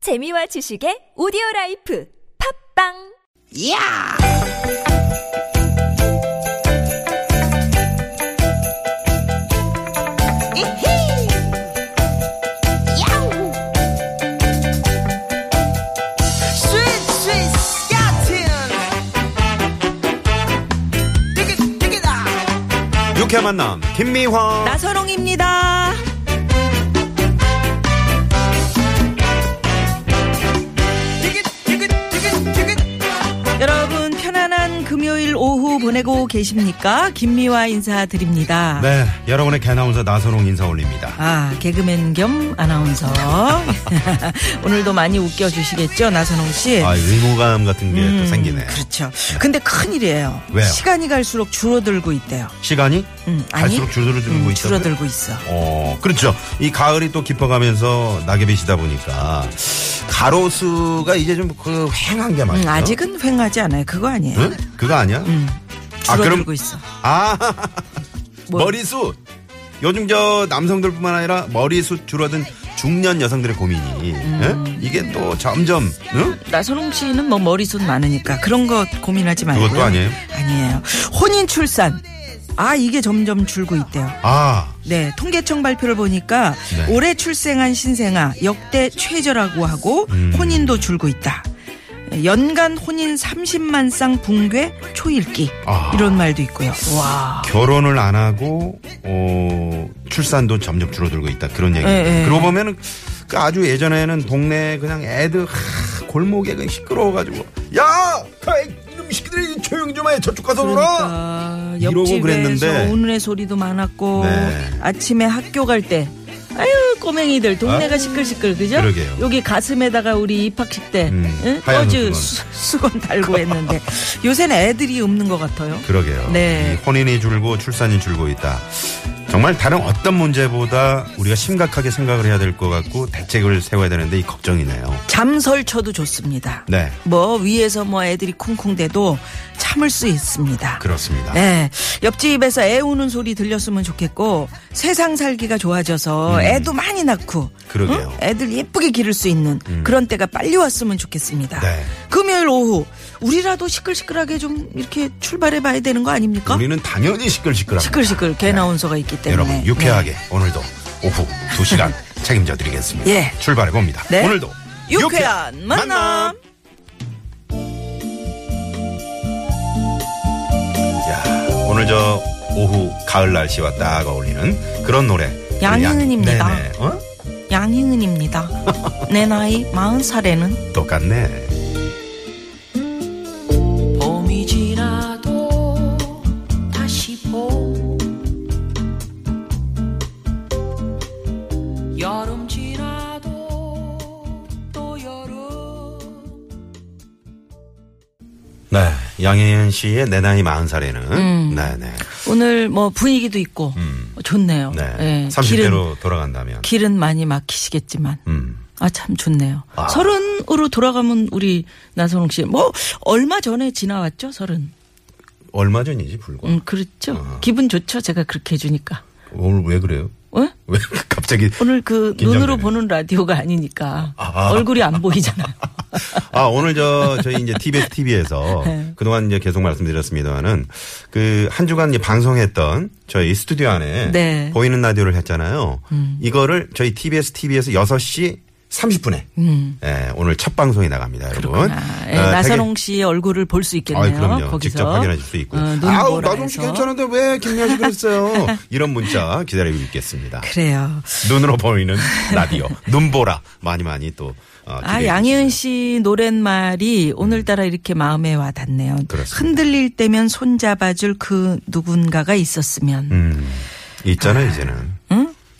재미와 지식의 오디오 라이프 팝빵 야! 이히! 야우! 스윗, 스윗, 야틴! 띠깃, 띠깃아! 유쾌한 만남 김미화 나선홍입니다. 띠깃, 띠깃, 띠깃, 띠깃! 여러분 편안한 금요일 오후 보내고 계십니까? 김미화 인사드립니다. 네 여러분의 개나운서 나선홍 인사 올립니다 아 개그맨 겸 아나운서 오늘도 많이 웃겨 주시겠죠 나선홍 씨. 아 의무감 같은 게 또 음, 생기네 그렇죠. 근데 큰일이에요. 왜요? 시간이 갈수록 줄어들고 있대요. 시간이 음, 갈수록 줄어들고 음, 있다고요? 줄어들고 있어. 어 그렇죠 이 가을이 또 깊어가면서 낙엽이시다 보니까 가로수가 이제 좀그 휑한 게 음, 맞죠 아직은 횡하지 않아요. 그거 아니에요. 응? 그거 아니야 네? 아, 줄어들고 그럼- 있어. 아 뭐? 머리숱 요즘 저 남성들뿐만 아니라 머리숱 줄어든 중년 여성들의 고민이 응? 이게 또 점점 응? 나선홍 씨는 뭐 머리숱 많으니까 그런 거 고민하지 말고요. 그것도 아니에요? 아니에요. 혼인 출산. 아 이게 점점 줄고 있대요. 아 네, 통계청 발표를 보니까 네. 올해 출생한 신생아 역대 최저라고 하고 음. 혼인도 줄고 있다. 연간 혼인 30만 쌍 붕괴 초일기 아. 이런 말도 있고요. 와. 결혼을 안 하고 어, 출산도 점점 줄어들고 있다 그런 얘기. 예, 예. 그러고 보면은 그 아주 예전에는 동네 그냥 애들 하, 골목에 그냥 시끄러워가지고 야, 그 애- 이놈 시끼들이 조용 좀 해. 저쪽 가서 놀아. 그러니까 이러고 옆집에서 그랬는데. 우는 애 소리도 많았고 네. 아침에 학교 갈 때 아유 꼬맹이들 동네가 시끌시끌 그죠? 그러게요. 여기 가슴에다가 우리 입학식 때 음, 응? 하얀 어즈 수건. 수- 수건 달고 했는데 요새는 애들이 없는 것 같아요. 그러게요. 네. 이 혼인이 줄고 출산이 줄고 있다. 정말 다른 어떤 문제보다 우리가 심각하게 생각을 해야 될 것 같고 대책을 세워야 되는데 이 걱정이네요. 잠설쳐도 좋습니다. 네. 뭐 위에서 뭐 애들이 쿵쿵대도 참을 수 있습니다. 그렇습니다. 네. 옆집에서 애 우는 소리 들렸으면 좋겠고 세상 살기가 좋아져서 애도 많이 낳고 음. 그러게요. 음. 애들 예쁘게 기를 수 있는 그런 때가 빨리 왔으면 좋겠습니다. 네. 금요일 오후 우리라도 시끌시끌하게 좀 이렇게 출발해 봐야 되는 거 아닙니까? 우리는 당연히 시끌시끌합니다. 시끌시끌 개나운서가 있기 때문에 네. 여러분 유쾌하게 오늘도 오후 2시간 책임져 드리겠습니다. 예. 출발해 봅니다. 네. 오늘도 네. 유쾌한 만남. 야, 오늘 저 오후 가을 날씨와 딱 어울리는 그런 노래. 양희은입니다. 네네. 어? 양희은입니다. 내 나이 40살에는 똑같네. 봄이 지나도 다시 봄 여름 지나도 또 여름 네. 양혜연 씨의 내 나이 40살에는 음. 네네. 오늘 뭐 분위기도 있고 음. 좋네요. 네. 예, 30대로 돌아간다면. 길은, 길은 많이 막히시겠지만 음. 아 참 좋네요. 아. 서른으로 돌아가면 우리 나선홍 씨 뭐 얼마 전에 지나왔죠 서른. 얼마 전이지 불과. 음 그렇죠. 어. 기분 좋죠 제가 그렇게 해주니까. 오늘 왜 그래요? 어? 왜 갑자기 오늘 그 긴장되네. 눈으로 보는 라디오가 아니니까 아. 얼굴이 안 보이잖아요. 아, 오늘 저, 저희 이제 TBS TV에서 네. 그동안 이제 계속 말씀드렸습니다만은 그 한 주간 이제 방송했던 저희 스튜디오 안에 네. 음. 보이는 라디오를 했잖아요. 이거를 저희 TBS TV에서 6시 30분에 예, 오늘 첫 방송이 나갑니다, 여러분. 아, 음. 예, 어, 나선홍 씨의 얼굴을 볼 수 되게- 있겠네요. 아이, 그럼요. 거기서 직접 확인하실 수 있고요. 어, 눈 아우, 보라 나선홍 씨 해서. 괜찮은데 왜 김미아 씨 그랬어요? 이런 문자 기다리고 있겠습니다. 그래요. 눈으로 보이는 라디오. 눈보라. 많이 많이 또. 어, 아, 기대해 양희은 씨 노랫말이 오늘따라 이렇게 마음에 와 닿네요. 그렇습니다. 흔들릴 때면 손잡아줄 그 누군가가 있었으면. 음, 있잖아 이제는.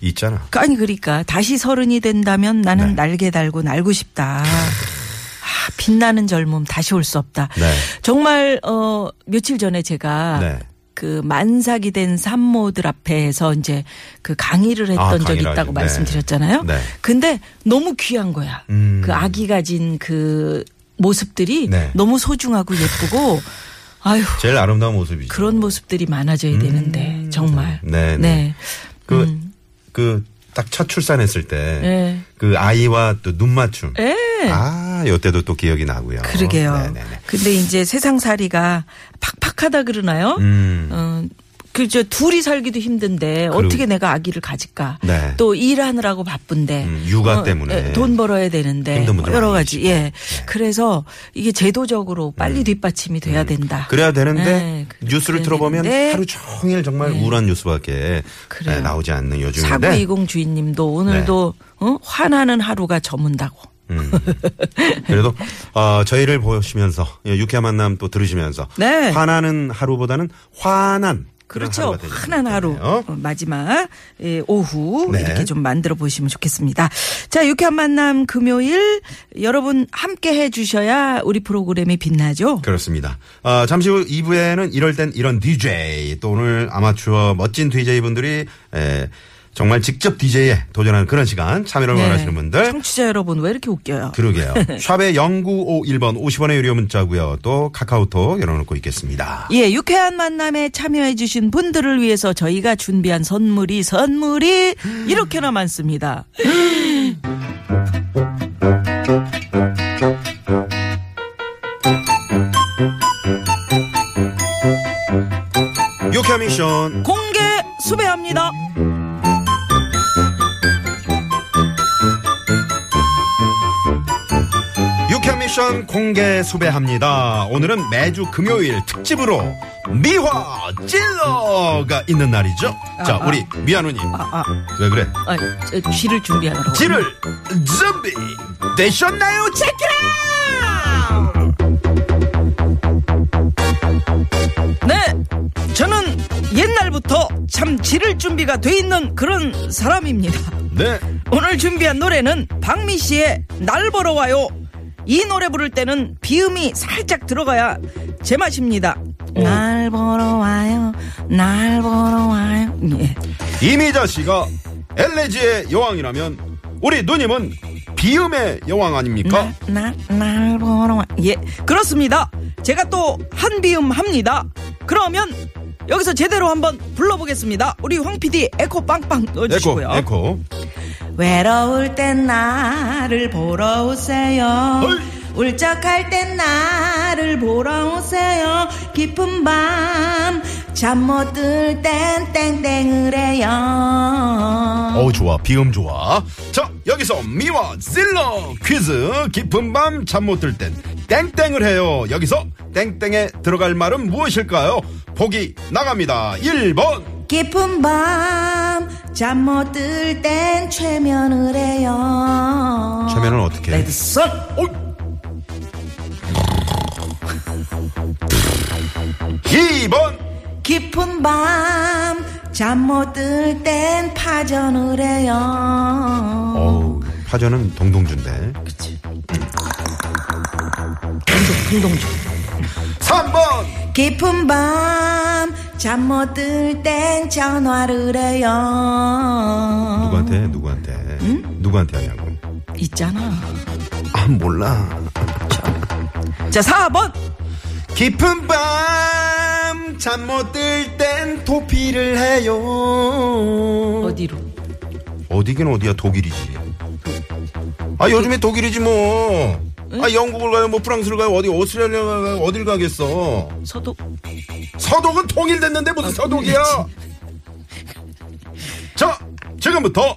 있잖아. 그 아니, 그러니까. 다시 서른이 된다면 나는 네. 날개 달고 날고 싶다. 아, 빛나는 젊음 다시 올 수 없다. 네. 정말, 어, 며칠 전에 제가. 네. 그 만삭이 된 산모들 앞에서 이제 그 강의를 했던 아, 적이 강의를 있다고 하긴, 네. 말씀드렸잖아요. 네. 근데 너무 귀한 거야. 음. 그 아기 가진 그 모습들이 네. 너무 소중하고 예쁘고 아유 제일 아름다운 모습이죠. 음. 그런 모습들이 많아져야 되는데 정말 네, 네. 네. 그, 그 딱 첫 출산했을 때 예. 그 아이와 또 눈 맞춤. 예. 아, 요때도 또 기억이 나고요. 그러게요. 어, 네네네. 근데 이제 세상살이가 팍팍하다 그러나요? 음. 어, 그저 둘이 살기도 힘든데 어떻게 내가 아기를 가질까? 네. 또 일하느라고 바쁜데 음, 육아 때문에. 예, 돈 벌어야 되는데 힘든 분들 여러 많이 네. 가지 계시고. 예 그래서 이게 제도적으로 빨리 뒷받침이 돼야 된다. 음. 그래야 되는데 예, 그- 뉴스를 그래야 들어보면 되는데 예. 하루 종일 정말 우울한 뉴스밖에 그래요. 에, 나오지 않는 요즘인데. 네. 사구이공 주인님도 오늘도 어? 화나는 하루가 저문다고. 음. 그래도 어, 저희를 보시면서 예, 유쾌한 만남 또 들으시면서 네. 화나는 하루보다는 화난 그런 그렇죠. 하루가 되셨으면 흔한 하루 좋겠네요. 어, 마지막 예, 오후 네. 이렇게 좀 만들어 보시면 좋겠습니다. 자, 유쾌한 만남 금요일 여러분 함께 해 주셔야 우리 프로그램이 빛나죠. 그렇습니다. 아, 잠시 후 2부에는 이럴 땐 이런 DJ 또 오늘 아마추어 멋진 DJ 분들이 에, 정말 직접 DJ에 도전하는 그런 시간 참여를 네. 원하시는 분들 청취자 여러분 왜 이렇게 웃겨요? 그러게요. 샵의 0951번 50원의 유료 문자고요. 또 카카오톡 열어놓고 있겠습니다. 예, 유쾌한 만남에 참여해 주신 분들을 위해서 저희가 준비한 선물이 선물이 이렇게나 많습니다. 유쾌 미션 공개 수배합니다. 유쾌 미션 공개 수배합니다. 오늘은 매주 금요일 특집으로 미화 찔러가 있는 날이죠. 자, 아. 우리 미아누님 아, 아, 왜 그래? 아, 저 쥐를 준비하느라고. 지를 준비 되셨나요? 체키라! 네, 저는 옛날부터 참 지를 준비가 돼 있는 그런 사람입니다. 네. 오늘 준비한 노래는 박미 씨의 날 보러 와요. 이 노래 부를 때는 비음이 살짝 들어가야 제맛입니다. 날 보러 와요, 날 보러 와요. 예. 이미자 씨가 엘레지의 여왕이라면 우리 누님은 비음의 여왕 아닙니까? 날, 날 보러 와. 예, 그렇습니다. 제가 또 한 비음 합니다. 그러면 여기서 제대로 한번 불러보겠습니다. 우리 황 PD 에코 빵빵 에코, 넣어주시고요. 에코. 외로울 땐 나를 보러 오세요. 울적할 땐 나를 보러 오세요. 깊은 밤, 잠 못 들 땐 땡땡을 해요. 어우, 좋아. 비음 좋아. 자, 여기서 미와 질러 퀴즈. 깊은 밤 잠 못 들 땐 땡땡을 해요. 여기서 땡땡에 들어갈 말은 무엇일까요? 보기 나갑니다. 1번. 깊은 밤, 잠 못 들 땐 최면을 해요. 최면은 어떻게? 해? 레드썬! 어이. 2번 깊은 밤, 잠 못 들 땐 파전을 해요. 어우 파전은 동동주인데 운동주. 3번 깊은 밤, 잠 못 들 땐 전화를 해요. 누구한테 누구한테 누구한테 하냐고 있잖아. 아 몰라 자, 4번. 깊은 밤 잠 못 들 땐 도피를 해요 어디로? 어디긴 어디야 독일이지 아 요즘에 독일이지 뭐 아, 영국을 가요, 뭐, 프랑스를 가요, 어디, 오스트리아 가요, 어딜 가겠어. 서독. 서독은 통일됐는데 아, 무슨 서독이야? 음, 자, 지금부터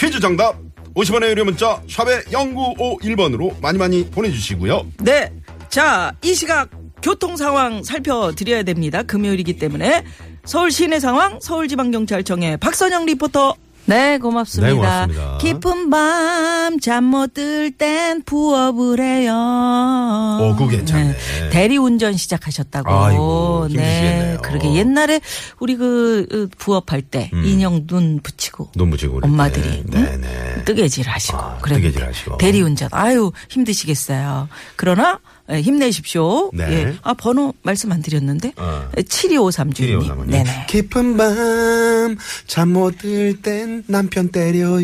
퀴즈 정답 50원의 유료 문자 샵의 0951번으로 많이 많이 보내주시고요. 네. 자, 이 시각 교통 상황 살펴드려야 됩니다. 금요일이기 때문에. 서울 시내 상황, 서울지방경찰청의 박선영 리포터. 네, 고맙습니다. 네, 고맙습니다. 깊은 밤, 잠 못 들 땐 부업을 해요. 오, 어, 그거 괜찮네. 대리운전 시작하셨다고. 아이고, 네. 힘드시겠네요. 그러게 옛날에 우리 그 으, 부업할 때 음. 인형 눈 붙이고 눈 붙이고 그럴 때. 엄마들이 응? 네네. 뜨개질 하시고 아, 그랬는데 뜨개질 하시고. 대리운전 아유 힘드시겠어요. 그러나 예, 힘내십시오. 네. 예. 아 번호 말씀 안 드렸는데 어. 7253 주님. 네네. 깊은 밤, 잠 못 들 땐 남편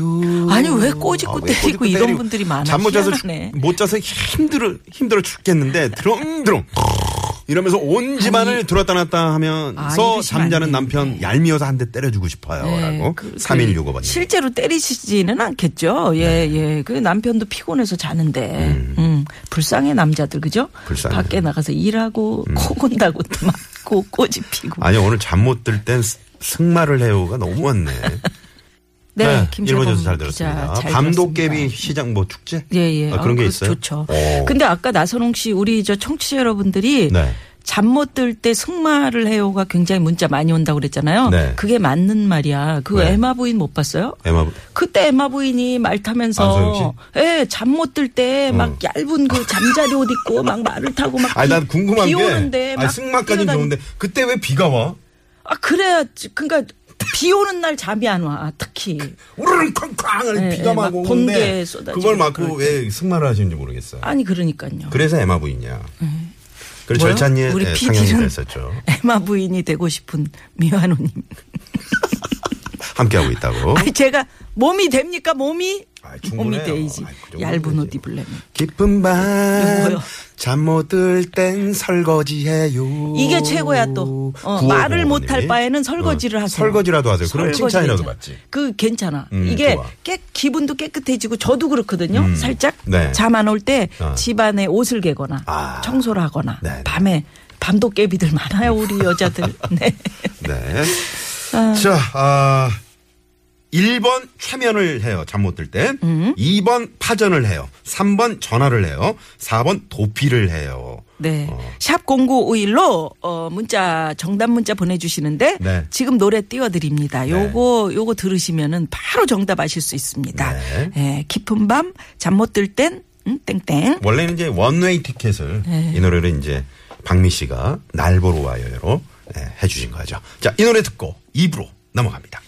때려요. 아니, 왜 꼬집고 왜 때리고 꼬집고 이런 때리고. 분들이 많아. 잠못 자서, 죽- 희한하네. 음. 못 자서 힘들어, 힘들어 죽겠는데, 드렁드렁. 이러면서 온 집안을 들었다 놨다 아, 하면서 이러시면 잠자는 안 남편 얄미워서 한 대 때려주고 싶어요라고 그- 그 3165번. 실제로 때리시지는 않겠죠. 네. 예, 예. 그 남편도 피곤해서 자는데. 음. 불쌍해 남자들 그죠? 불쌍해. 음. 밖에 나가서 일하고 코 곤다고 또 맞고 꼬지 피고. 아니 오늘 잠 못 들 땐 승마를 해요가 너무 왔네. 일본에서 네, 잘 들었습니다. 네, 기자 잘 밤도깨비 들었습니다. 시장 뭐 축제? 예, 예. 아, 그런 아, 게 그거 있어요. 좋죠. 오. 근데 아까 나선홍 씨 우리 저 청취자 여러분들이 네. 잠 못 들 때 승마를 해요가 굉장히 문자 많이 온다고 그랬잖아요. 네. 그게 맞는 말이야. 그 네. 에마 부인 못 봤어요? 에마 아, 그때 에마 부인이 말 안소영 타면서 예, 잠 못 들 때 막 얇은 그 잠자리 옷 입고 막 말을 타고 막 음. 아니 난 비- 궁금한 비 게 오는데 아니, 막 승마까지는 뛰어다니- 좋은데 그때 왜 비가 와? 아 그래야 지- 그러니까 비 오는 날 잠이 안 와. 특히 우르릉 쾅쾅을 예, 비가 예, 막 막 오는데 번개에 쏟아지고 그걸 막고 그럴 왜 승마를 하시는지 모르겠어요. 아니 그러니까요. 그래서 에마 부인이야. 그리고 뭐요? 절찬이의 우리 예, PD 상영이 는- 됐었죠. 에마 부인이 되고 싶은 미완호님. 함께하고 있다고. 아니 제가 몸이 됩니까 몸이? 어? 아, 몸이 충분해요. 돼이지. 아이, 그 정도는 얇은 옷 되지. 입을래면. 깊은 뭐요? 밤잠못들땐 설거지 해요. 어, 이게 최고야 또 어, 말을 못할 바에는 설거지를 하세요. 설거지라도 하세요. 그럼 설거지 칭찬이라도 괜찮아. 받지. 그 괜찮아. 음, 이게 좋아. 깨, 기분도 깨끗해지고 저도 그렇거든요. 살짝 네. 잠 안 올 때 어. 집안에 옷을 개거나 아. 청소를 하거나 네, 네. 밤에 밤도 깨비들 많아요 우리 여자들. 네. 네. 자, 아, 1번 최면을 해요. 잠 못 들 땐. 2번 파전을 해요. 3번 전화를 해요. 4번 도피를 해요. 네. 어. 샵 0951로 어 문자 정답 문자 보내 주시는데 네. 지금 노래 띄워 드립니다. 요거 요거 들으시면은 바로 정답 아실 수 있습니다. 네. 예, 깊은 밤 잠 못 들 땐 땡땡. 원래는 이제 원웨이 티켓을 이 노래를 이제 박미 네, 씨가 날 보러 와요로 예, 해주신 거죠. 자, 이 노래 듣고 2부로 넘어갑니다.